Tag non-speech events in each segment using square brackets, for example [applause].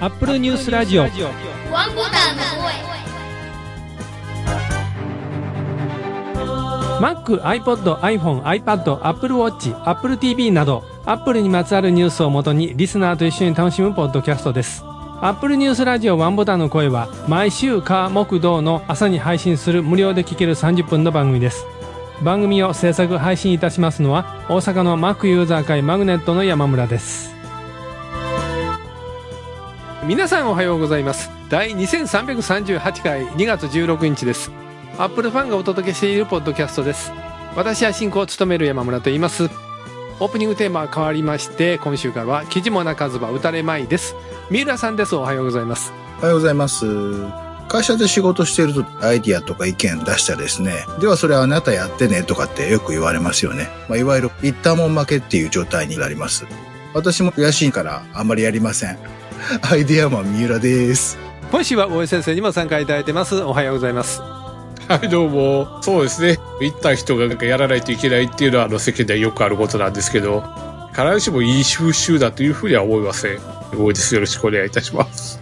アップルニュースラジオワンボタンの声。 Mac、iPod、iPhone、iPad、Apple Watch、Apple TV など Apple にまつわるニュースをもとにリスナーと一緒に楽しむポッドキャストです Apple ニュースラジオワンボタンの声は毎週火木土の朝に配信する無料で聴ける30分の番組です番組を制作配信いたしますのは大阪の Mac ユーザー会マグネットの山村です皆さんおはようございます第2338回2月16日ですアップルファンがお届けしているポッドキャストです私は進行を務める山村と言いますオープニングテーマは変わりまして今週からは記事もなかずば打たれまいです三浦さんですおはようございますおはようございます。会社で仕事してるとアイディアとか意見出したですね。ではそれあなたやってねとかってよく言われますよね。まあ、いわゆる一旦もん負けっていう状態になります。私も悔しいからあんまりやりません。アイディアマン三浦です。今週は大江先生にも参加いただいてますおはようございますはい、どうも。そうですね。行った人がなんかやらないといけないっていうのは、あの、世間ではよくあることなんですけど、必ずしもいい収集だというふうには思いません。大江です。よろしくお願いいたします。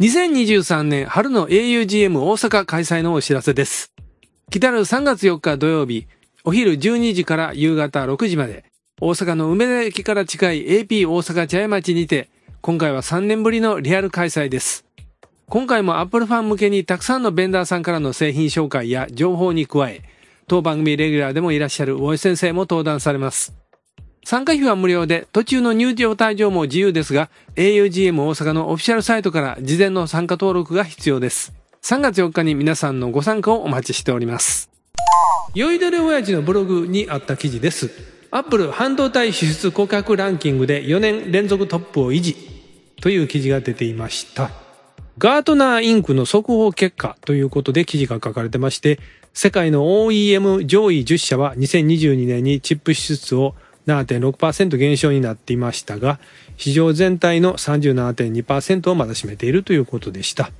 2023年春の augm 大阪開催のお知らせです来たる3月4日土曜日お昼12時から夕方6時まで大阪の梅田駅から近い AP 大阪茶屋町にて今回は3年ぶりのリアル開催です今回も Apple ファン向けにたくさんのベンダーさんからの製品紹介や情報に加え当番組レギュラーでもいらっしゃる大井先生も登壇されます参加費は無料で、途中の入場退場も自由ですが、augm 大阪のオフィシャルサイトから事前の参加登録が必要です。3月4日に皆さんのご参加をお待ちしております。酔いどれ親父のブログにあった記事です。アップル半導体支出顧客ランキングで4年連続トップを維持という記事が出ていました。ガートナーインクの速報結果ということで記事が書かれてまして、世界の OEM 上位10社は2022年にチップ支出を7.6%減少になっていましたが、市場全体の37.2%をまだ占めているということでした。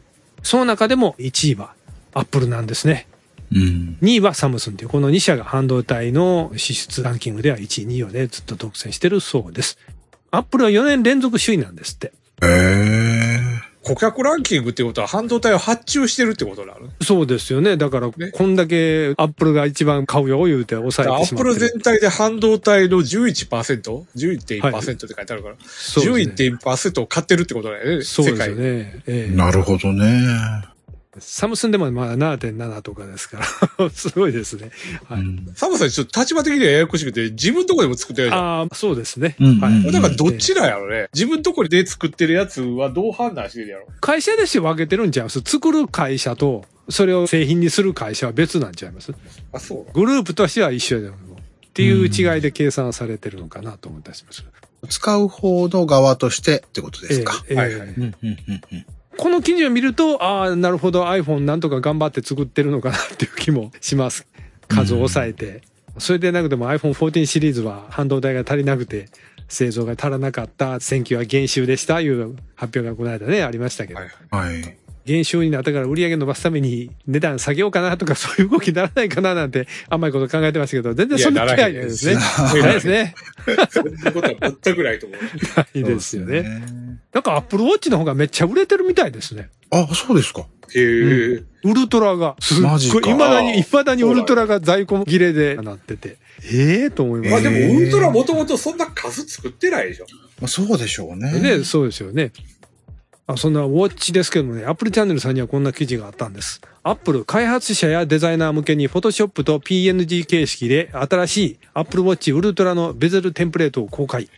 その中でも1位はアップルなんですね。うん。 2位はサムスンというこの2社が半導体の支出ランキングでは1位、2位をね、ずっと独占してるそうです。アップルは4年連続首位なんですって。へえ。顧客ランキングってことは、半導体を発注してるってことなのね。そうですよね。だから、ねこんだけアップルが一番買うよ、言うて抑えアてしッまプってる。ル全体で半導体の 11%?11.1% はいって書いてあるから、そうですね11.1%を買ってるってことだよね、そうで世す界よ。ね。ええなるほどね。サムスンでもまだ7.7とかですから。 [laughs] すごいですね。はい。うんサムさん、ちょっと立場的にはややこしくて、自分とこでも作ってないじゃん。ああ、そうですね。うんはい。うんこれだからどっちなんやろね。自分とこで作ってるやつはどう判断してるやろ。会社でして分けてるんちゃいます作る会社と、それを製品にする会社は別なんちゃいますあ、そうグループとしては一緒でも。っていう違いで計算されてるのかなと思ったりします。使う方の側としてってことですか。ええはいええうんうんうんうんこの記事を見ると、ああ、なるほど iPhone なんとか頑張って作ってるのかなっていう気もします。数を抑えて。それでなくても iPhone14 シリーズは半導体が足りなくて、製造が足らなかった、選挙は減収でした、いう発表がこの間ね、ありましたけど。はいはい。減収になったから売り上げ伸ばすために値段下げようかなとかそういう動きにならないかななんて甘いこと考えてましたけど、全然そんな気配ないですねいや。なならへんいです [laughs] ね。そういうことは全くないと思う。いいですよそうね。ですね。なんか Apple Watch の方がめっちゃ売れてるみたいですね。あ、そうですか。へえ。ウルトラが。すっマジごかい。未だに、未だにウルトラが在庫切れでなってて。ええと思いままあすでね。も、ウルトラもともとそんな数作ってないでしょ。まあ、そうでしょうね。ね、そうですよね。あそんなウォッチですけどもね、アップルチャンネルさんにはこんな記事があったんです。アップル開発者やデザイナー向けに Photoshop と PNG 形式で新しい Apple Watch Ultra のベゼルテンプレートを公開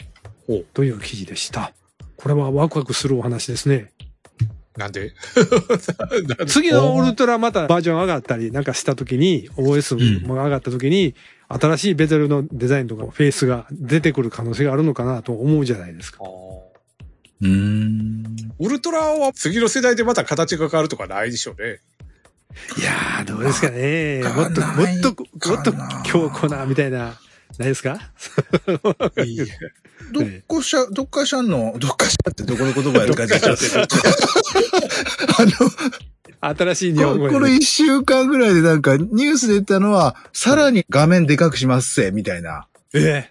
ほうという記事でした。これはワクワクするお話ですね。なんで次のウルトラまたバージョン上がったりなんかした時に、OS も上がった時に、新しいベゼルのデザインとかフェイスが出てくる可能性があるのかなと思うじゃないですか。うーん。ウルトラは次の世代でまた形が変わるとかないでしょうね。いやー、どうですかね。かもっと、ないもっと、かもっとな強固な、みたいな、ないですかいいどっこしゃ、どっかしゃんの、どっかしゃってどこの言葉やるかじゃっちゃって。あの、新しい日こ本語こので。一週間ぐらいでなんかニュースで言ったのは、さらに画面でかくしますせ、みたいなえ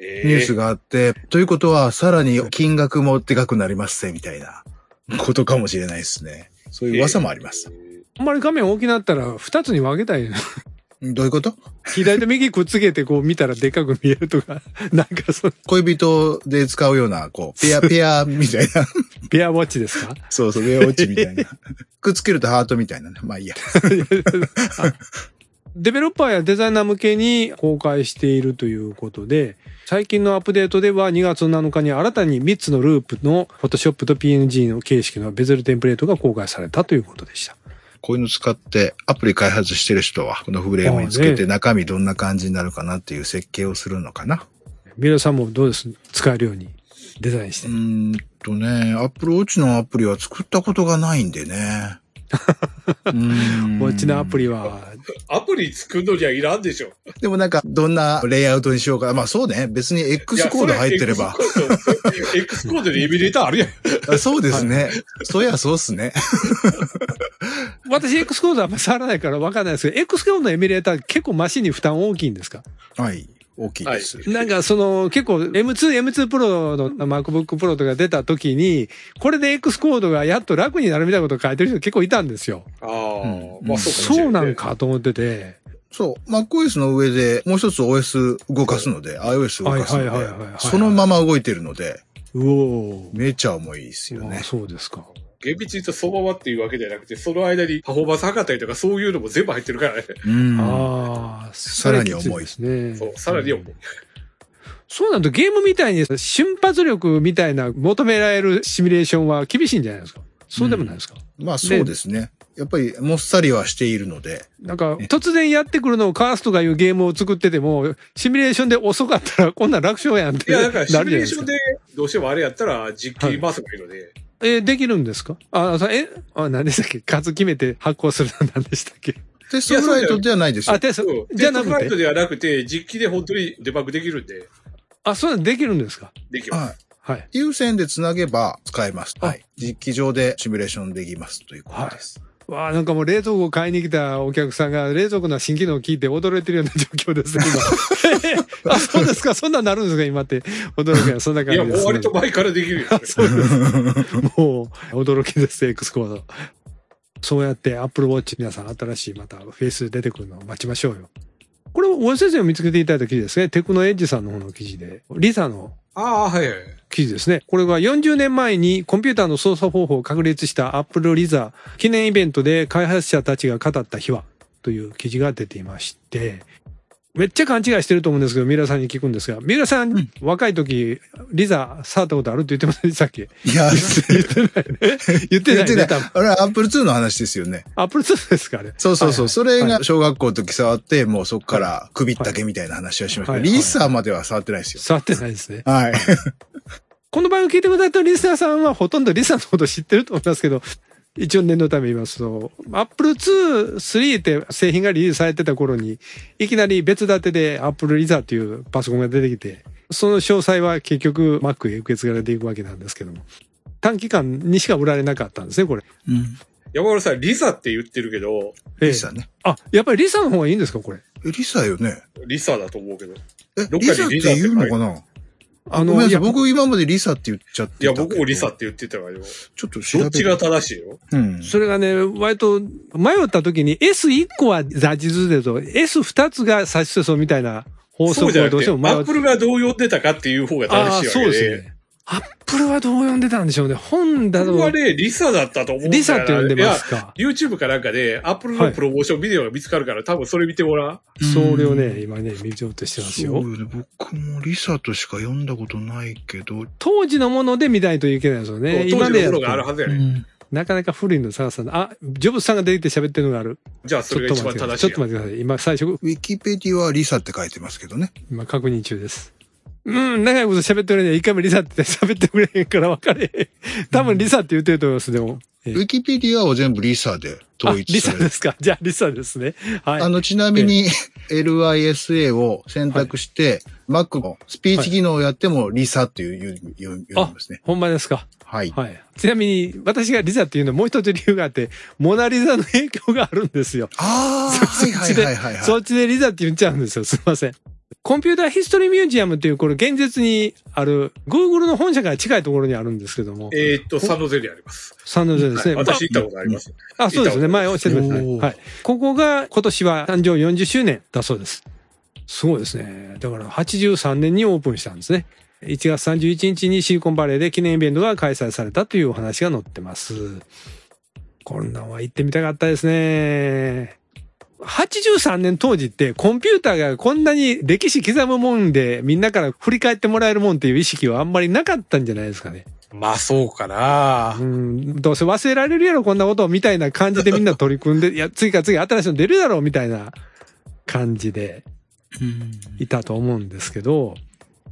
えニュースがあって、ということは、さらに金額もでかくなりますせ、みたいなことかもしれないですね。そういう噂もあります。あんまり画面大きなったら、二つに分けたい。どういうこと左と右くっつけて、こう見たらでかく見えるとか、なんかその、恋人で使うような、こう、ペアペアみたいな。ペアウォッチですか [laughs] そうそう、上落ちみたいな。 [laughs] くっつけるとハートみたいなね。まあいいや。あ [laughs] デベロッパーやデザイナー向けに公開しているということで、最近のアップデートでは2月7日に新たに3つのループの Photoshop と PNG の形式のベゼルテンプレートが公開されたということでした。こういうの使ってアプリ開発してる人は、このフレームにつけそうて中身どんな感じになるかなっていう設計をするのかな。ミラさんもどうです使えるようにデザインしうて。ーんとね、アップルウォッチのアプリは作ったことがないんで [laughs] ね。うーんこっちのアプリは、アプリ作るのにはいらんでしょ。でもなんか、どんなレイアウトにしようか。まあそうね。別に X コード入ってれば。いや。そ X コード X コードでエミュレーターあるやん。あそうですね。そういや、そうっすね。私 X コードあんまり触らないからわかんないですけど、X コードのエミュレーター結構マシンに負担大きいんですかはい。大きいです。なんかその結構 M2、M2 Pro の MacBook Pro とか出た時に、これで X コードがやっと楽になるみたいなこと書いてる人結構いたんですよ。ああうん、まあそうかもしそれういねなん。かと思ってて。そう。MacOS の上で、もう一つ OS 動かすので、iOS 動かすはいはいはいはいのはいで、そのまま動いてるので、うおー。めちゃ重いですよあね。そうですか。厳密に言うとそのままっていうわけじゃなくて、その間にパフォーマンス測ったりとかそういうのも全部入ってるからね。うんああ、さらに重いそれきつですね。そう、さらに重い。そうなるとゲームみたいに瞬発力みたいな求められるシミュレーションは厳しいんじゃないですかそうでもないですか、まあそうですね。やっぱり、もっさりはしているので、なんか突然やってくるのをかわすとかいうゲームを作ってても、シミュレーションで遅かったらこんなん楽勝やんっいてや、なだるじかゃ [laughs] らシミないでュレーシすョンか。で、どうしてもあれやったら実機回せばいいので、えーできるんですかあ、さえ、あ、何でしたっけ数決めて発行するの何でしたっけテストフライトではないですよあ、。テスそうト、じゃなテストフくライて。トではなくて、実機で本当にデバッグできるんで、あ、そうなんできるんですかできます。はい。はい。有線でつなげば使えます。あはい。実機上でシミュレーションできますということです。わあ、なんかもう冷蔵庫買いに来たお客さんが冷蔵庫の新機能を聞いて驚いてるような状況ですね、今。 [laughs] あ、そうですか、そんなんなるんですか、今って。驚きが、そんない感じや、です、ね。もう割と前からできるよ。そうです。もう、驚きです、X コード。そうやって Apple Watch 皆さん新しいまたフェイス出てくるのを待ちましょうよ。これ、大江先生を見つけていただいた記事ですね。テクノエッジさんの方の記事で、リサのああ、はい。記事ですね。これは40年前にコンピューターの操作方法を確立した Apple l i z a 記念イベントで開発者たちが語った秘話という記事が出ていまして、めっちゃ勘違いしてると思うんですけど、三浦さんに聞くんですが、三浦さん、うん若い時、リザ触ったことあるって言ってませんでしたっけいや、言ってないね。言ってな言いっね。てない多分。あれは Apple 2の話ですよね。 Apple 2ですかね。そうそうそう。それはが小学校の時触って、もうそこから首ったけみたいな話をしましたけど。はいリーサーまでは触ってないですよ。触ってないですね。はい。この番組聞いてくださったリスナーさんはほとんどリサのこと知ってると思いますけど、一応念のため言いますと、Apple 2、3って製品がリリースされてた頃に、いきなり別立てで Apple リザというパソコンが出てきて、その詳細は結局 Mac へ受け継がれていくわけなんですけども、短期間にしか売られなかったんですね、これ。うん山村さん、リザって言ってるけど、えリえーサーね。あ、やっぱりリサの方がいいんですか、これ。え、リーサーよね。リサだと思うけど。いえ、どっリーかサーっにてリーサーって言うのかなあごめんなさい。や僕今までリーサーって言っちゃってたけどや、僕もリサっ。て言ってたからよ。ちょっと調べどってちが正しいよ。うん。それがね、割と迷った時に S1 個はザジズでと、S2 つがサしスそうみたいな法則そうじゃをなどく、うしてアも迷っップルがどう呼んでたかっていう方がああー、正しいそわうけですで。ね。アップルはどう呼んでたんでしょうね。本だ僕とは、ね、リサだったと思うんだリよなサって呼んでますか。いや YouTube かなんかで、アップルはのいプロモーションビデオが見つかるから、多分それ見てもらう。それをね、今ね、見ようとしてますそよ。うよね。僕もリサーとしか読んだことないけど。当時のもので見ないといけないですよね。当今時でのやもるのとがあるはずやうね。んなかなか古いの探さない。あ、ジョブズさんが出てきて喋ってるのがある。じゃあ、それが一番ちょっと待ってください。正しいちょっと待ってくやん。ださい。今、最初、ウィキペディはリサって書いてますけどね。今確認中です。うん、長いこと喋ってるね。一回もリサって喋ってくれへんから分かれへん。多分リサって言ってると思います。でも、ええウィキペディアを全部リサであ、統一リさサれてですか。じゃあ、リサですね。はい。あの、ちなみに、LISA を選択して、Mac のスピーチ機能をやっても、リサっていう、言う、言うんですね。ほんまですか。はい。はい。ちなみに、私がリザっていうのはもう一つ理由があって、モナリザの影響があるんですよ。ああ、はいはいはいはいはい。そっちでリザって言っちゃうんですよ。すいません。コンピューターヒストリーミュージアムっていう、これ現実にある、Google の本社から近いところにあるんですけども、えーっと、サンドゼリアあります。サンドゼですね。はい私行ったことあります。あ、そうですね。前おっしゃってましたおね。ーはい。ここが今年は誕生40周年だそうです。すごいですね。だから83年にオープンしたんですね。1月31日にシリコンバレーで記念イベントが開催されたというお話が載ってます。こんなんは行ってみたかったですね。83年当時ってコンピューターがこんなに歴史刻むもんでみんなから振り返ってもらえるもんっていう意識はあんまりなかったんじゃないですかね。まあ、そうかなう。ん、どうせ忘れられるやろ、こんなこと、みたいな感じでみんな取り組んで、いや、次から次新しいの出るだろう、みたいな感じでいたと思うんですけど、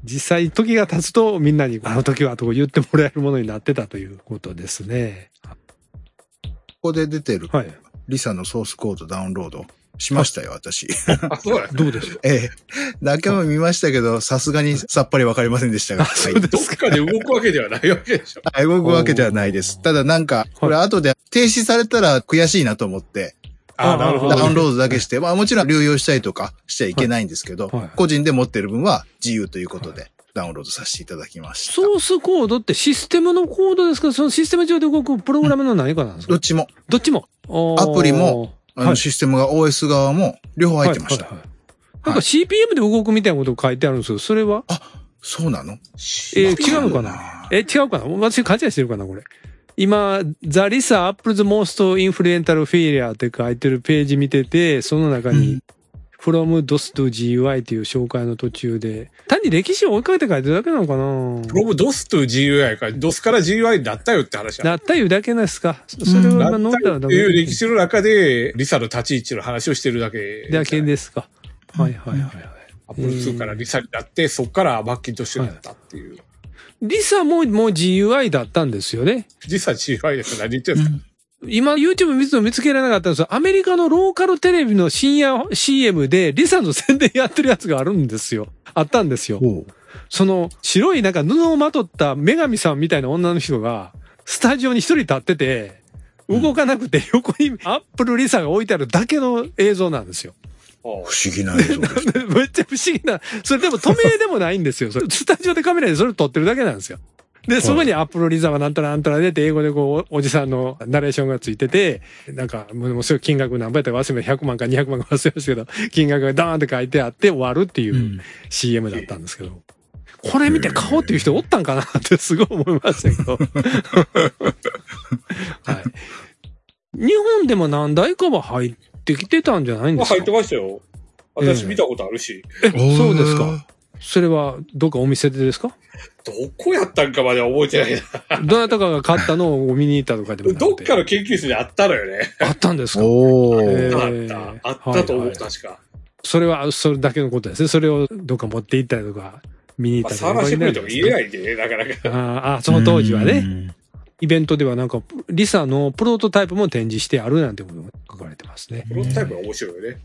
実際時が経つとみんなにあの時はと言ってもらえるものになってたということですね。ここで出てる、はい。リサのソースコードダウンロードしましたよ、私。あ、そうだ。どうでしょうええ。 [laughs] 中身見ましたけど、さすがにさっぱりわかりませんでしたが。はいそうでどっすか。かで動くわけではないわけでしょ。はい動くわけではないです。ただなんか、これ後で停止されたら悔しいなと思って、あなるほどダウンロードだけして、まあもちろん流用したりとかしちゃいけないんですけどはいはい、個人で持ってる分は自由ということで、ダウンロードさせていただきました。ソースコードってシステムのコードですかそのシステム上で動くプログラムの何かなんですどっかちも、どっちも。おーアプリも、あはのいシステムが OS 側も両方入ってました。はいはいはいなんか CPM で動くみたいなことが書いてあるんですよ。それはそうなのえー違うのかなえ、違うかな私勘違いしてるかなこれ。今、ザ・リサ・アップルズ・モースト・インフルエンタル・フィーリアって書いてるページ見てて、その中うに、from DOS to GUI っていう紹介の途中で、単に歴史を追いかけて書いてるだけなのかなロブ DOS という GUI から、DOS から GUI になったよって話だ。なったいうだけなんですかそそれをな今飲んだったらっダてメいう歴史の中で、リサの立ち位置の話をしてるだけ。だけ。ですか。はいはいはいはい。アップル2からリサになって、そこからマッキントッシュになったっていう。リサももう GUI だったんですよね。実際 GUI です何言ってるんですか今 YouTube 見つ見つけられなかったんですよ。アメリカのローカルテレビの深夜 CM でリサの宣伝やってるやつがあるんですよ。あったんですよ。その白いなんか布をまとった女神さんみたいな女の人がスタジオに一人立ってて動かなくて横にアップルリサが置いてあるだけの映像なんですよ。おう不思議な映像です。 [laughs] めっちゃ不思議な。それでも透明でもないんですよ。それスタジオでカメラでそれ撮ってるだけなんですよ。で、そこにアップルリザはなんたらなんたらでって英語でこうお、おじさんのナレーションがついてて、なんか、もうもうすぐ金額何倍やったか忘れま100万か200万か忘れましたけど、金額がダーンって書いてあって終わるっていうう CM だったんですけど、これ見て買おうっていう人おったんかなってすごい思いましたけ [laughs] ど。はい。日本でも何台かは入ってきてたんじゃないんですか入ってましたよ。私見たことあるし。そうですか。それは、どっかお店でですかどこやったんかまでは覚えてないな。どなたかが買ったのを見に行ったとかでもなくてどっかの研究室にあったのよね。あったんですかおえー。ーあった。あったと思はう、いは確か。それは、それだけのことですね。それをどっか持って行ったりとか、見に行まっあ、たり探してくれとともか言えい。ないんでね、なかなか。あーあー、その当時はね、ね。イベントではなんか、リサのプロトタイプも展示してあるなんてことが書かれてますね。プロトタイプが面白いよね。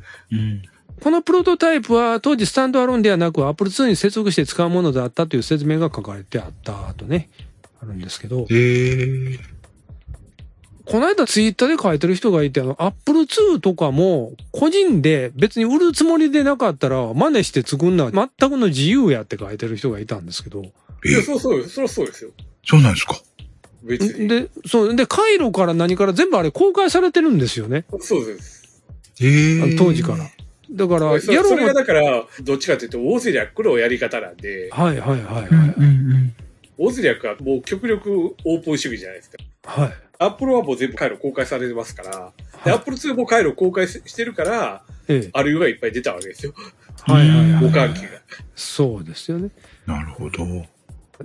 このプロトタイプは当時スタンドアローンではなく Apple II に接続して使うものだったという説明が書かれてあったとね、あるんですけど。へえ。この間ツイッターで書いてる人がいて、あの、Apple II とかも、個人で別に売るつもりでなかったら、真似して作んな、全くの自由やって書いてる人がいたんですけど。いや、そうそう、そりゃそうですよ。そうなんですか。別に。で、そう、で、回路から何から全部あれ公開されてるんですよね。そうです。あへの当時から。。だから、そやそろれうががだから、どっちかというと、オーゼリャックのやり方なんで、はいはいはいはい。オーゼリャックはもう極力オープン主義じゃないですか。はい。アップルはもう全部回路公開されてますから、で、はアいップル2も回路公開ししてるから、ええ。 RU がいっぱい出たわけですよ。はいはいはい。互換機が。そうですよね。なるほど。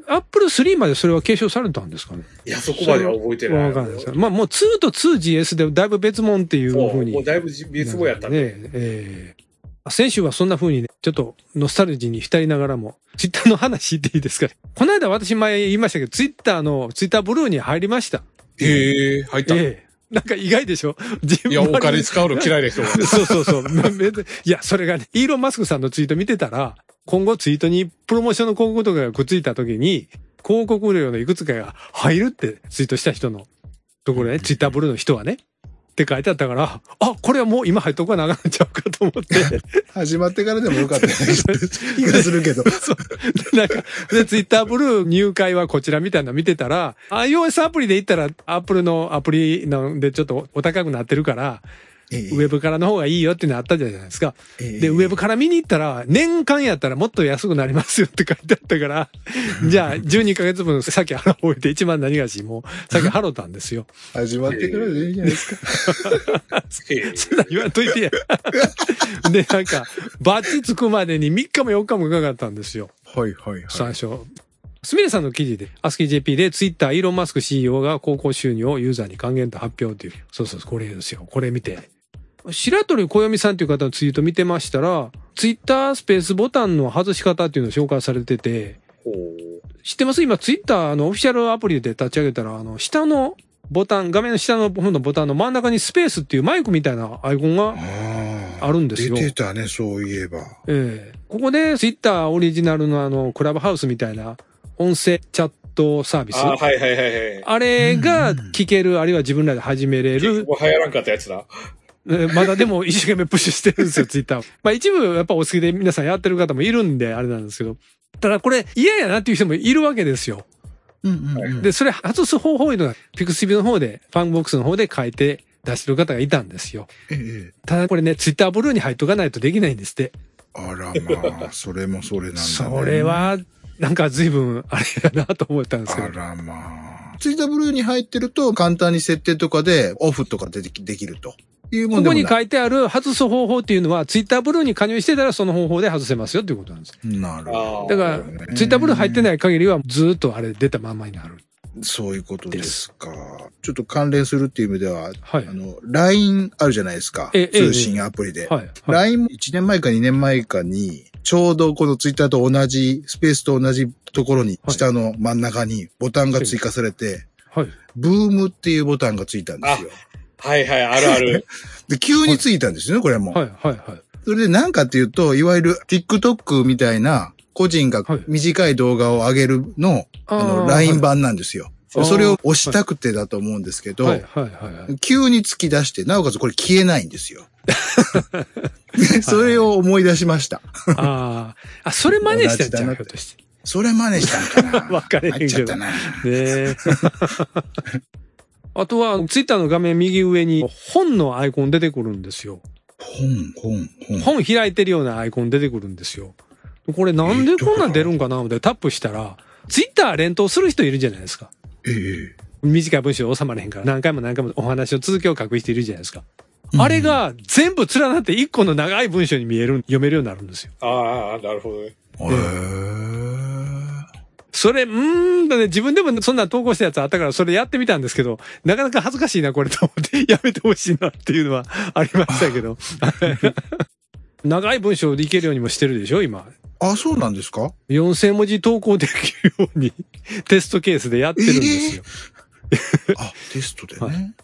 Apple III までそれは継承されたんですかね。いや、そこまでは覚えてない。わかんないですよ。まあもう2と 2GS でだいぶ別物っていうもふううに。もうだいぶ別もやったんねで。えええ先週はそんな風にね、ちょっとノスタルジーに浸りながらも、ツイッターの話言っていいですかこの間私前言いましたけど、ツイッターの、ツイッターブルーに入りました。ええ入った。いええ。なんか意外でしょ自分や、お金す。使うの嫌いな人が。 [laughs] そうそうそう。めめでいや、それがね、イーロン・マスクさんのツイート見てたら、今後ツイートにプロモーションの広告とかがくっついた時に、広告料のいくつかが入るってツイートした人のところね、ツイッターブルーの人はね、って書いてあったから、あ、これはもう今入っとくはなくなっちゃうかと思って。始まってからでもよか [laughs] ったような気がするけど。そう。なんか、で、ツイッターブルー入会はこちらみたいなの見てたら、iOS アプリで行ったら、アップルのアプリなんでちょっとお高くなってるから、えウえェブからの方がいいよっていうのあったじゃないですか。ええで、ウェブから見に行ったら、年間やったらもっと安くなりますよって書いてあった [laughs] から、じゃあ12ヶ月分さっき払おいて1万何がしもう、さっき払ったんです [laughs] よ。始まってからでいいじゃないですか。ええそんなん言わんといてや。 [laughs] で、なんか、バッチつくまでに3日も4日もかかったんですよ。はいはいは最初。すみれさんの記事で、アスキー JP で、ツイッター、イーロン・マスク CEO が高校収入をユーザーに還元と発表という。そうそうそう、これですよ。これ見て。白鳥小みさんという方のツイート見てましたら、ツイッタースペースボタンの外し方っていうのを紹介されてて、ほう知ってます今ツイッターのオフィシャルアプリで立ち上げたら、あの、下のボタン、画面の下の方のボタンの真ん中にスペースっていうマイクみたいなアイコンがい。あるんです出よ。てたね、そういえば。ええここでツイッターオリジナルのあの、クラブハウスみたいな音声チャットサービス。ああーはいはいはいはい。れが聞ける、あるいは自分らで始めれ結る。構流行らんかったやつだ。えまだでも一生懸命プッシュしてるん [laughs] ですよ、ツイッター。まあ一部やっぱお好きで皆さんやってる方もいるんで、あれなんですけど。ただこれ嫌やなっていう人もいるわけですよ。うんうんうんで、それ外す方法いうのが、ピクシビの方で、ファンボックスの方で書いて出してる方がいたんですよ。ええ。ただこれね、ツイッターブルーに入っとかないとできないんですって。あらまあ、それもそれなんだね。それ。は、なんか随分あれやなと思ったんですけあど。らまあ。ツイッターブルーに入ってると簡単に設定とかでオフとかできできるというもこんでこもないに書いてある外す方法っていうのは、ツイッターブルーに加入してたらその方法で外せますよっていうことなんです。なるほだど。かそうだよら、ねツイッターブルー入ってない限りはずーっとあれ出たまんまになる。そういうことですか。ちょっと関連するっていう意味では、はいあ。の、LINE あるじゃないですか。ええ通信アプリで。はい。はい。 LINE も1年前か2年前かに、ちょうどこのツイッターと同じ、スペースと同じところに、はい下の真ん中にボタンが追加されて、はい。ブームっていうボタンがついたんですよ。はいはい、ある [laughs] ある。で、急についたんですよね、これも。はい。はい。はい。それでなんかっていうと、いわゆる TikTok みたいな、個人がはい短い動画を上げるの、あの、ー LINE 版なんですあよ。ーそれを押したくてだと思うんですけど、はい。はい。はいはい。急に突き出して、なおかつこれ消えないんですよ。 [laughs] でそれを思い出しました。あーあ、それ真似したんじゃん、ひょっとして。それ真似したんかな [laughs] わかれへんけど入っちゃったな。ねえ。 [laughs] あとは、ツイッターの画面右上に本のアイコン出てくるんですよ。本、本、本。本開いてるようなアイコン出てくるんですよ。これなんでこんなん出るんかなってタップしたら、ツイッター連投する人いるじゃないですか。ええ短い文章収まれへんから何回も何回もお話を続きを書く人いるじゃないですか。あれが全部連なって一個の長い文章に見える、読めるようになるんですよ。ああ、なるほどね。へえそれ、うーんとね、自分でもそんなん投稿したやつあったから、それやってみたんですけど、なかなか恥ずかしいな、これと思って、 [laughs] やめてほしいなっていうのはありましたけど。長い文章でいけるようにもしてるでしょ、今。あ、そうなんですか4000文字投稿できるように、 [laughs] テストケースでやってるんですよ。あ、テストではね。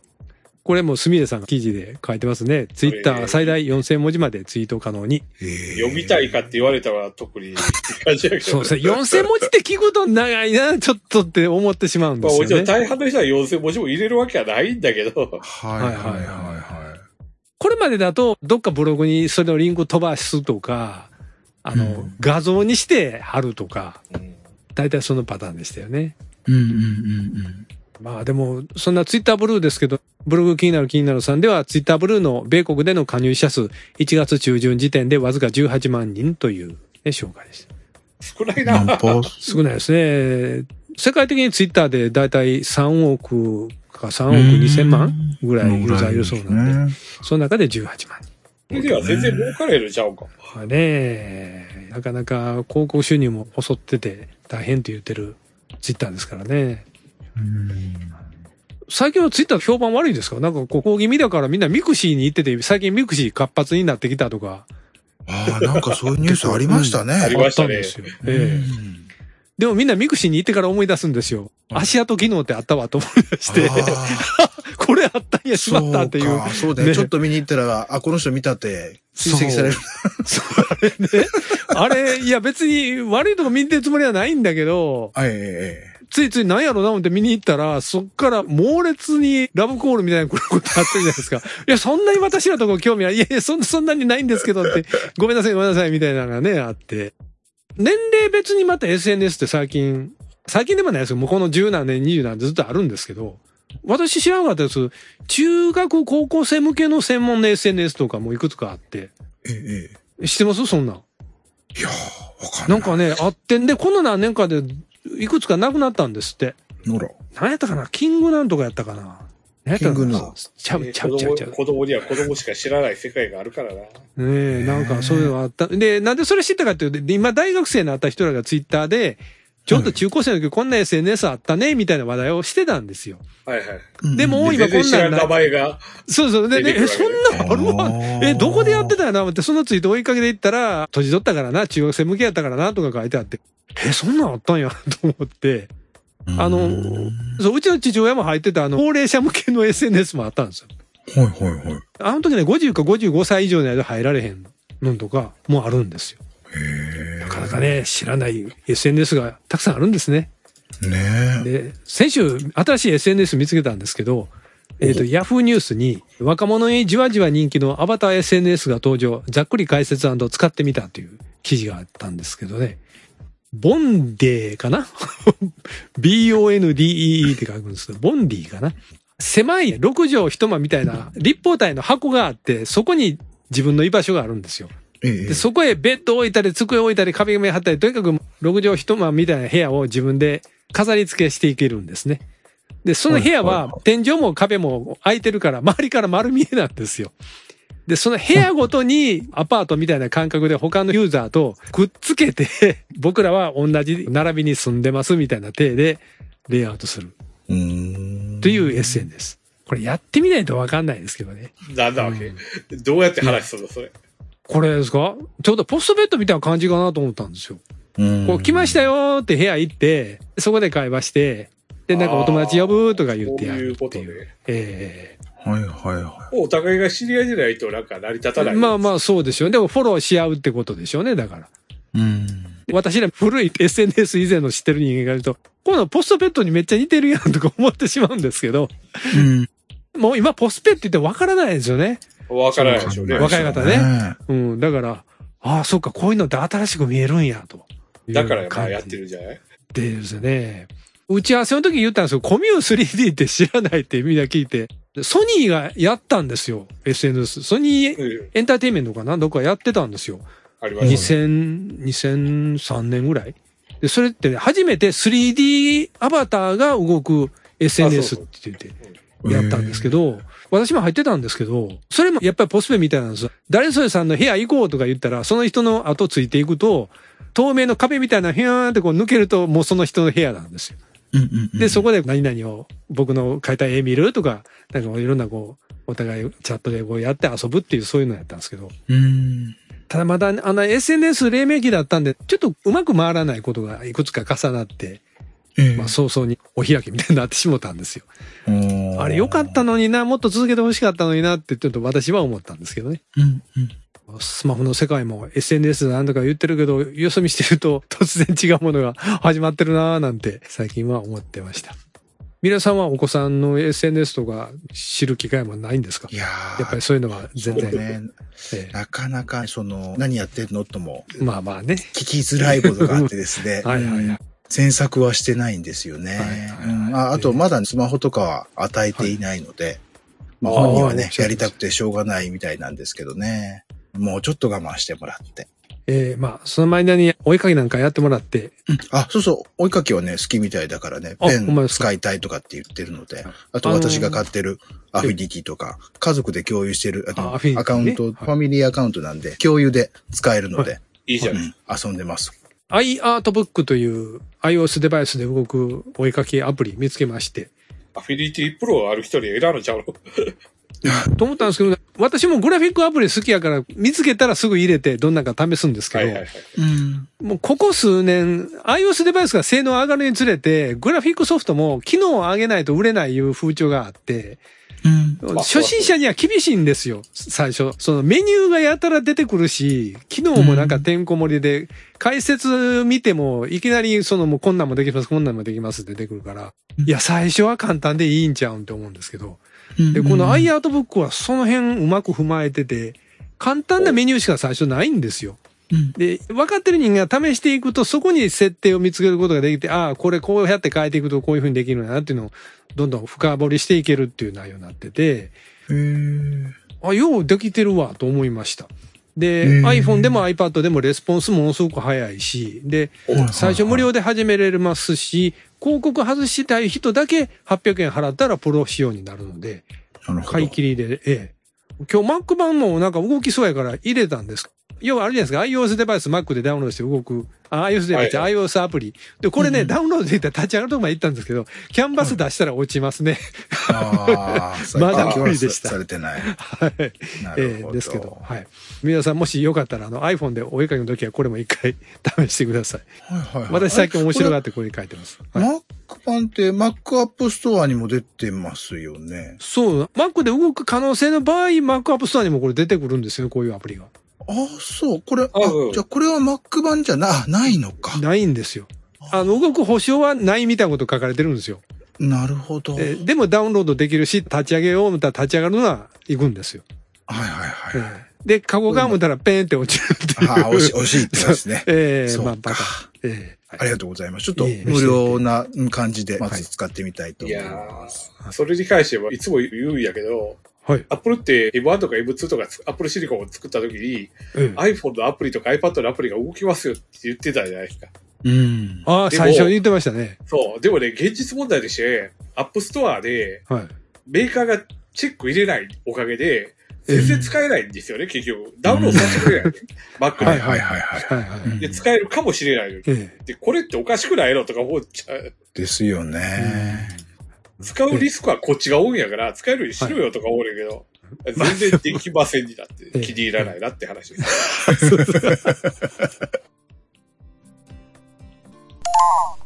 これもすみれさんが記事で書いてますね。ツイッター最大4000文字までツイート可能に。ええ読みたいかって言われたら特にって感じやけど。そうですね。4000文字って聞くと長いな、ちょっとって思ってしまうんでまあ、すもちろよんね。大半の人は4000文字も入れるわけはないんだけど、はいはいはいはい。これまでだと、どっかブログにそれのリンク飛ばすとか、あの、うん画像にして貼るとか、うん大体そのパターンでしたよね。うんうんうんうん。まあでも、そんなツイッターブルーですけど、ブログ気になる気になるさんでは、ツイッターブルーの米国での加入者数、1月中旬時点でわずか18万人という、ね、紹介でした。少ない [laughs] 何な。パー少ないですね。世界的にツイッターでだいたい3億か3億うん2千万ぐらいユーザーいるそうなんで、ね。その中で18万人。それでは全然儲からへんのちゃうんか。まあね、なかなか広告収入も襲ってて大変って言ってるツイッターですからね。最近のツイッター評判悪いですかなんかここ気味だからみんなミクシーに行ってて、最近ミクシー活発になってきたとか。ああ、なんかそういうニュースありましたありね。ましあったんたねですよ。ええでもみんなミクシーに行ってから思い出すんですよ。うん足跡技能ってあったわと思い出して、 [laughs] これあったんや、しまったっていう。そうかそうだよ、ねちょっと見に行ったら、あ、この人見たって、追跡 [laughs] される。そうあれね。あれ、いや別に悪いとこ見てるつもりはないんだけど、はい、えええついついなんやろな思って見に行ったら、そっから猛烈にラブコールみたいなことあったじゃないですか。 [laughs] いや、そんなに私らとこ興味ない。いやいや、そんそんなにないんですけどって、ごめんなさい、ごめんなさい、みたいなのがね、あって。年齢別にまた SNS って最近、最近でもないですけど、もうこの10何年、20何年ずっとあるんですけど、私知らなかったです。中学、高校生向けの専門の SNS とかもいくつかあって。えええ知ってますそんなん。いやー、わかんな。ないんかね、あってんで、この何年かで、いくつかなくなったんですって。ほら。何やったかなキングなんとかやったかな何やったかなキングなんちゃうちゃうちゃうちゃう。ね子供には子供しか知らない世界があるからな。え、なんかそういうのあった。で、なんでそれ知ったかっていうと、で今大学生になった人らがツイッターで、ちょっと中高生の時こんな SNS あったね、みたいな話題をしてたんですよ。はいはい。でも今全然こん知らなんんない名前が。そうそう。で、ね、え、出てくそるんなのあるあわーえ、どこでやってたよな思って、そのツイート追いかけていったら、閉じ取ったからな、中学生向けやったからな、とか書いてあって、え、そんなんあったんや、と思って、あのうん、そう、うちの父親も入ってた、あの、高齢者向けの SNS もあったんですよ。はいはいはい。へあの時ね、50か55歳以上の間入られへんのとか、もうあるんですよ。えなかなかね、知らない SNS がたくさんあるんですね。ねえ。で、先週、新しい SNS 見つけたんですけど、えっ、と、ヤフーニュースに、若者にじわじわ人気のアバター SNS が登場、ざっくり解説使ってみたという記事があったんですけどね。ボンデーかな [laughs] ?B-O-N-D-E-E って書くんですけど、ボンディーかな狭い6畳一間みたいな立方体の箱があって、そこに自分の居場所があるんですよ。ええで、そこへベッド置いたり、机置いたり、壁紙貼ったり、とにかく6畳一間みたいな部屋を自分で飾り付けしていけるんですね。で、その部屋はいははいは天井も壁も空いてるから、周りから丸見えなんですよ。で、その部屋ごとにアパートみたいな感覚で他のユーザーとくっつけて、 [laughs] 僕らは同じ並びに住んでますみたいな体でレイアウトするうーん。という SNS。これやってみないとわかんないですけどね。なんだわけ。どうやって話すんだ、それ。これですかちょうどポストベッドみたいな感じかなと思ったんですよ。うん。こう来ましたよーって部屋行って、そこで会話して、で、なんかお友達呼ぶとか言ってやるってそうい。いううこええはいはいはとね。お互いが知り合いじゃないとなんか成り立たない。まああ。まあそうでしょう。でもフォローし合うってことでしょうね、だから。い。うん。私ら古い SNS 以前の知ってる人間がいると、このポストベッドにめっちゃ似てるやんとか思ってしまうんですけど、うん。もう今ポスペって言ってわからないですよね。わからないでしょうね。若い方ねうん、だから、ああ、そっか、こういうのって新しく見えるんや、と。だからまあやってるんじゃないでですね、打ち合わせの時言ったんですよ。コミュー 3D って知らないってみんな聞いて。でソニーがやったんですよ。SNS。ソニーうん。エンターテインメントかなどっかやってたんですよ。ありました。 2000、2003年ぐらい。で、それってね、初めて 3D アバターが動く SNS って言ってやったんですけど。ど、私も入ってたんですけど、それもやっぱりポスペみたいなんですよ。誰それさんの部屋行こうとか言ったら、その人の後ついていくと、透明の壁みたいなヒューンってこう抜けると、もうその人の部屋なんですよ。うんうんうんで、そこで何々を僕の描いた絵見るとか、なんかいろんなこう、お互いチャットでこうやって遊ぶっていうそういうのやったんですけど、うん。ただまだあの SNS 黎明期だったんで、ちょっとうまく回らないことがいくつか重なって、ええまあ早々にお開きみたいになってしもたんですよ。うんあれ良かったのにな、もっと続けて欲しかったのになってちょっと私は思ったんですけどね。うんうん。スマホの世界も SNS なんとか言ってるけど、よそ見してると突然違うものが [laughs] 始まってるなぁなんて最近は思ってました。皆さんはお子さんの SNS とか知る機会もないんですかいやーやっぱりそういうのは全然。そうね。えなかなか、その、何やってんのともえまあまあね。。聞きづらいことがあってですね [laughs] はいはいはい。詮索はしてないんですよね。はいはいはいうんああと、まだスマホとかは与えていないので、まあ本人はね、ああやりたくてしょうがないみたいなんですけどね。もうちょっと我慢してもらって。ええまあ、その間に追いかけなんかやってもらって、あ、そうそう、追いかけはね、好きみたいだからね、あペほんまンですか使いたいとかって言ってるので、ああとのー私が買ってるアフィニティとか、家族で共有してるあのあアフィニティアカウント、ねはいファミリーアカウントなんで、共有で使えるので、いいじゃうない。ん遊んでます。 iArtBook という iOS デバイスで動く追いかけアプリ見つけまして、アフィリティプロある人に選んじゃうの。と思ったんですけど、私もグラフィックアプリ好きやから、見つけたらすぐ入れて、どんなんか試すんですけど、はいはいはい。うん。もうここ数年、iOS デバイスが性能上がるにつれて、グラフィックソフトも機能を上げないと売れないいう風潮があって、うん。あ初心者には厳しいんですよ、最初。そのメニューがやたら出てくるし、機能もなんかてんこ盛りで、解説見てもいきなりそのもうこんなんもできます、こんなんもできますって出てくるから、うんいや、最初は簡単でいいんちゃうんって思うんですけど。うんで、このアイアートブックはその辺うまく踏まえてて、簡単なメニューしか最初ないんですよ。うん。で、分かってる人間が試していくと、そこに設定を見つけることができて、ああ、これこうやって変えていくとこういうふうにできるんだなっていうのを、どんどん深掘りしていけるっていう内容になってて、へーあ、ようできてるわ、と思いました。で、うん iPhone でも iPad でもレスポンスものすごく早いし、で、最初無料で始められますし、広告外したい人だけ800円払ったらプロ仕様になるので、なるほ買いど。切りで、ええ。今日 Mac 版もなんか動きそうやから入れたんです。要はあれじゃないですか、iOS デバイス Mac でダウンロードして動く、あ iOS デバイス、は iOS アプリ。で、これね、うんダウンロードできたら立ち上がるとこまで行ったんですけど、キャンバス出したら落ちますね。[laughs] ああ、まだ最近無理でしたされてない。はい。 [laughs] えなるえほど。ですけど、はい。皆さんもしよかったら、あの iPhone でお絵かきの時はこれも一回 [laughs] 試してください。はいはいはい。私最近面白がってこれ書いてます。はいマック版ってマックアップストアにも出てますよね。そう、Mac で動く可能性の場合、Mac App Store にもこれ出てくるんですよ、こういうアプリが。ああ、そう。これ、あうん、じゃあこれはマック版じゃな、あないのか。ないんですよ。あの、動く保証はないみたいなこと書かれてるんですよ。なるほど。はいえーでもダウンロードできるし、立ち上げよう思ったら立ち上がるのは行くんですよ。はいえはい。ーで、過去が思ったらペーンって落ちるっていう。。ああ、惜しい、惜しいってですね [laughs] ええそうまあ、かバカ。ええありがとうございます。ちょっといえいえ無料な感じで、まはいず使ってみたいとい思いやます。ーそれに関してはいつも言うんやけど、はい。アップルって M1 とか M2 とかアップルシリコンを作った時に、ええ iPhone のアプリとか iPad のアプリが動きますよって言ってたじゃないですか。うん。ああ、でも最初に言ってましたね。そう。でもね、現実問題として、アップストアではい。メーカーがチェック入れないおかげで、全然使えないんですよね、結局。ダウンロードさせてくれない。Mac はいで。はいはいはい。はいはい。うんで、使えるかもしれないのに。えで、これっておかしくないのとか思っちゃう。ですよね。使うリスクはこっちが多いんやから、使えるようにしろよとか思うねんけど、全然できませんになって、気に入らないなって話です。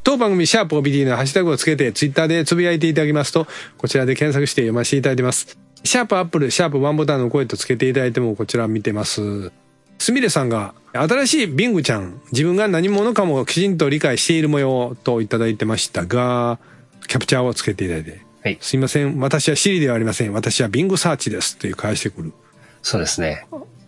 当番組、シャープ OBD のハッシュタグをつけて、ツイッターでつぶやいていただきますと、こちらで検索して読ませていただいてます。シャープアップル、シャープワンボタンの声とつけていただいても、こちら見てます。すみれさんが、新しいビングちゃん、自分が何者かもきちんと理解している模様といただいてましたが、キャプチャーをつけていただいて、はいすいません、私はシリではありません。私はビングサーチです。という返してくる。そうですね。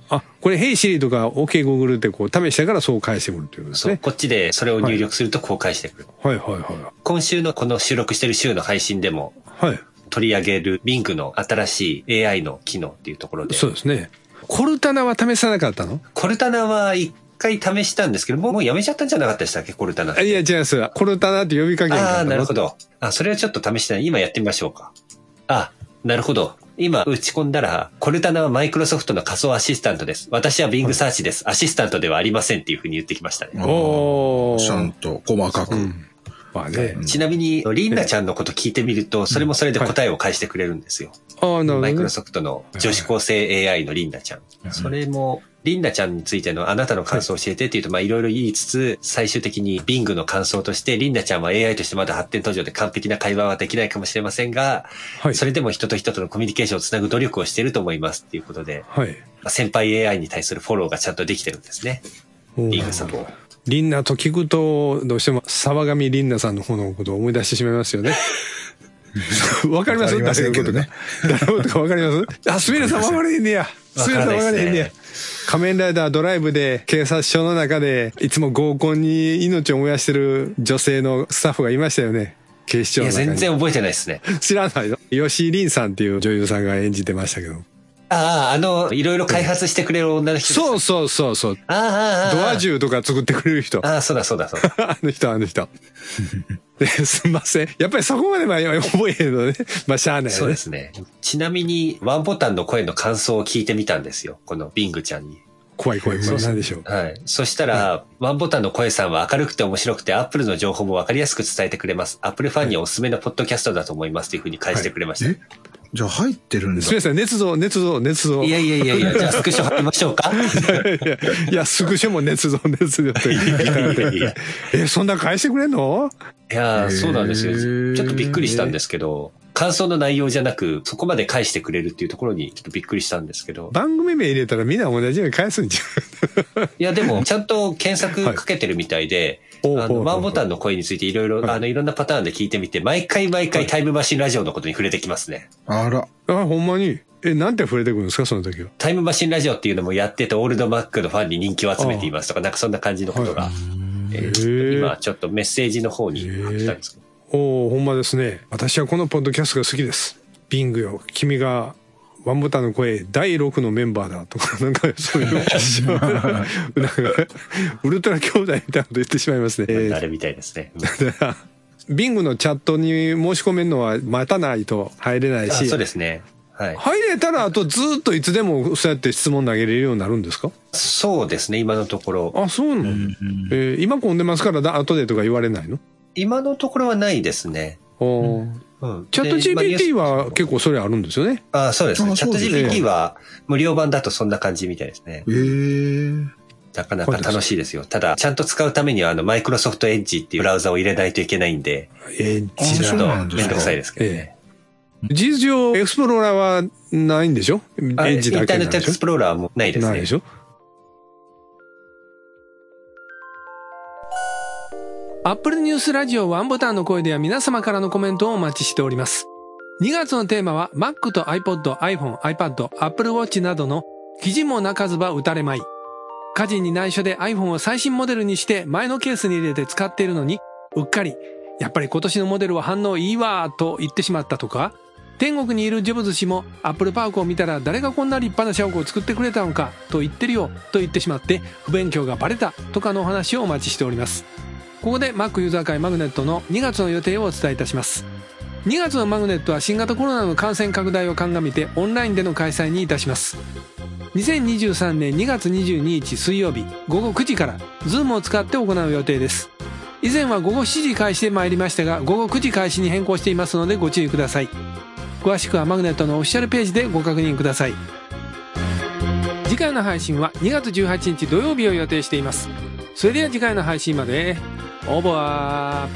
あ、これ、ヘイシリとか OK ゴーグルってこう試したからそう返してくるということですそう、ね。こっちでそれを入力すると公開してくる。はいはいは今週のこの収録してる週の配信でもい。はい。取り上げる Bing の新しい AI の機能っていうところで、そうですね。コルタナは試さなかったのコルタナは一回試したんですけど、もうもうやめちゃったんじゃなかったでしたっけ、コルタナ。あいや、違います。コルタナって呼びかけにあかあ、ったのなるほ。ど。あ、それはちょっと試してない。今やってみましょうか。あ、なるほど。今打ち込んだら、コルタナはマイクロソフトの仮想アシスタントです。私は Bing サーチです。アシスタントではありませんっていうふうに言ってきましたね。おちゃんー。と細かく。うん。まあね。ちなみに、リンナちゃんのこと聞いてみると、それもそれで答えを返してくれるんですよ。ああ、なるほど、ね。マイクロソフトの女子高生 AI のリンダちゃん。それも、リンダちゃんについてのあなたの感想を教えてっていうと、まあいろいろ言いつつ、最終的に Bing の感想として、リンダちゃんは AI としてまだ発展途上で完璧な会話はできないかもしれませんが、はい。それでも人と人とのコミュニケーションをつなぐ努力をしていると思いますっていうことで、はい。まあ先輩 AI に対するフォローがちゃんとできてるんですね。リンダさんも。リンナと聞くと、どうしても沢上リンナさんの方のことを思い出してしまいますよね。わかりますわかりませんけどね誰のことか誰のことかわかりますあ、すみれさんわかれへんねや。すみれさんわかれへんねやわからないで。仮面ライダードライブで警察署の中でいつも合コンに命を燃やしてる女性のスタッフがいましたよね。警視庁いのや、中に。全然覚えてないですね。知らないの吉井凛さんっていう女優さんが演じてましたけど。ああ、あの、いろいろ開発してくれる女の人。そうう。そうそうそう。ああ、ああ、ああ。ドア銃とか作ってくれる人。ああ、そうだそうだそうだ。 [laughs] あの人、あの [laughs] 人。ですんません。やっぱりそこまでまあ覚えへんのね。まあ、しゃあないよね。そうですね。ちなみに、ワンボタンの声の感想を聞いてみたんですよ。このビングちゃんに。怖い怖い怖い。なんでしょう。はい。そしたら、ワンボタンの声さんは明るくて面白くて、アップルの情報もわかりやすく伝えてくれます。アップルファンにおすすめのポッドキャストだと思いますというふうに返してくれました。じゃあ入ってるんだすみ。ません、捏造、捏造、捏造。いやいやいやいや、じゃあスクショ貼りましょ [laughs] うか。いや、いや、すぐしも熱造熱造って。え、そんな返してくれんのいやー、そうなんですへーよ。ちょっとびっくりしたんですけど、感想の内容じゃなく、そこまで返してくれるっていうところにちょっとびっくりしたんですけど、番組名入れたらみんな同じように返すんじいや、でも、ちゃんと検索かけてるみたいで、ゃん。あの、ワンボタン。ンの声についていろいろ、はいあの、いろんなパターンで聞いてみて、毎回毎回タイムマシンラジオのことに触れてきますね。あら。 [laughs] あ、ほんまに。え、なんて触れてくるんですか、その時は。タイムマシンラジオっていうのもやってて、オールドマックのファンに人気を集めていますとか、なんかそんな感じのことはが、えーへーちょっと今、ちょっとメッセージの方に貼ってたんですけどおおほんまですね。私はこのポッドキャストが好きです。ビングよ、君が、ワンボタンの声、第6のメンバーだとか、なんか、そういう、なんか、ウルトラ兄弟みたいなこと言ってしまいますね。えーあれみたいですね。うん [laughs] ビングのチャットに申し込めるのは待たないと入れないあしそう、ですね。はい。入れたらあとずっといつでもそうやって質問投げれるようになるんですかそうですね、今のところ。あ、そうなの、えー今混んでますからだ後でとか言われないの今のところはないですね。あーうんチャットでまあニュース GPT は結構それあるんですよね。あそうですね。あチャそッうトですね GPT は無料版だとそんな感じみたいですね。ええー。なかなか楽しいですよ。ただ、ちゃんと使うためには、あの、マイクロソフトエッジっていうブラウザを入れないといけないんで、えー、あちょそうっとなんですかめんどくさいですけどね。事実上エクスプローラーはないんでしょエあイッンジタだけーネなんットエでクスしプローラーもないでょすないねでし。ょアップルニュースラジオワンボタンの声では皆様からのコメントをお待ちしております。2月のテーマは Mac と iPod、iPhone、iPad、Apple Watch などの記事も泣かずば打たれまい。家人に内緒で iPhone を最新モデルにして前のケースに入れて使っているのに、うっかり、やっぱり今年のモデルは反応いいわーと言ってしまったとか、天国にいるジョブズ氏も Apple パークを見たら誰がこんな立派な社屋を作ってくれたのかと言ってるよと言ってしまって不勉強がバレたとかのお話をお待ちしております。ここで Mac ユーザー会マグネットの2月の予定をお伝えいたします。2月のマグネットは新型コロナの感染拡大を鑑みてオンラインでの開催にいたします。2023年2月22日水曜日午後9時から Zoom を使って行う予定です。以前は午後7時開始で参りましたが午後9時開始に変更していますのでご注意ください。詳しくはマグネットのオフィシャルページでご確認ください。次回の配信は2月18日土曜日を予定しています。それでは次回の配信まで。オーバー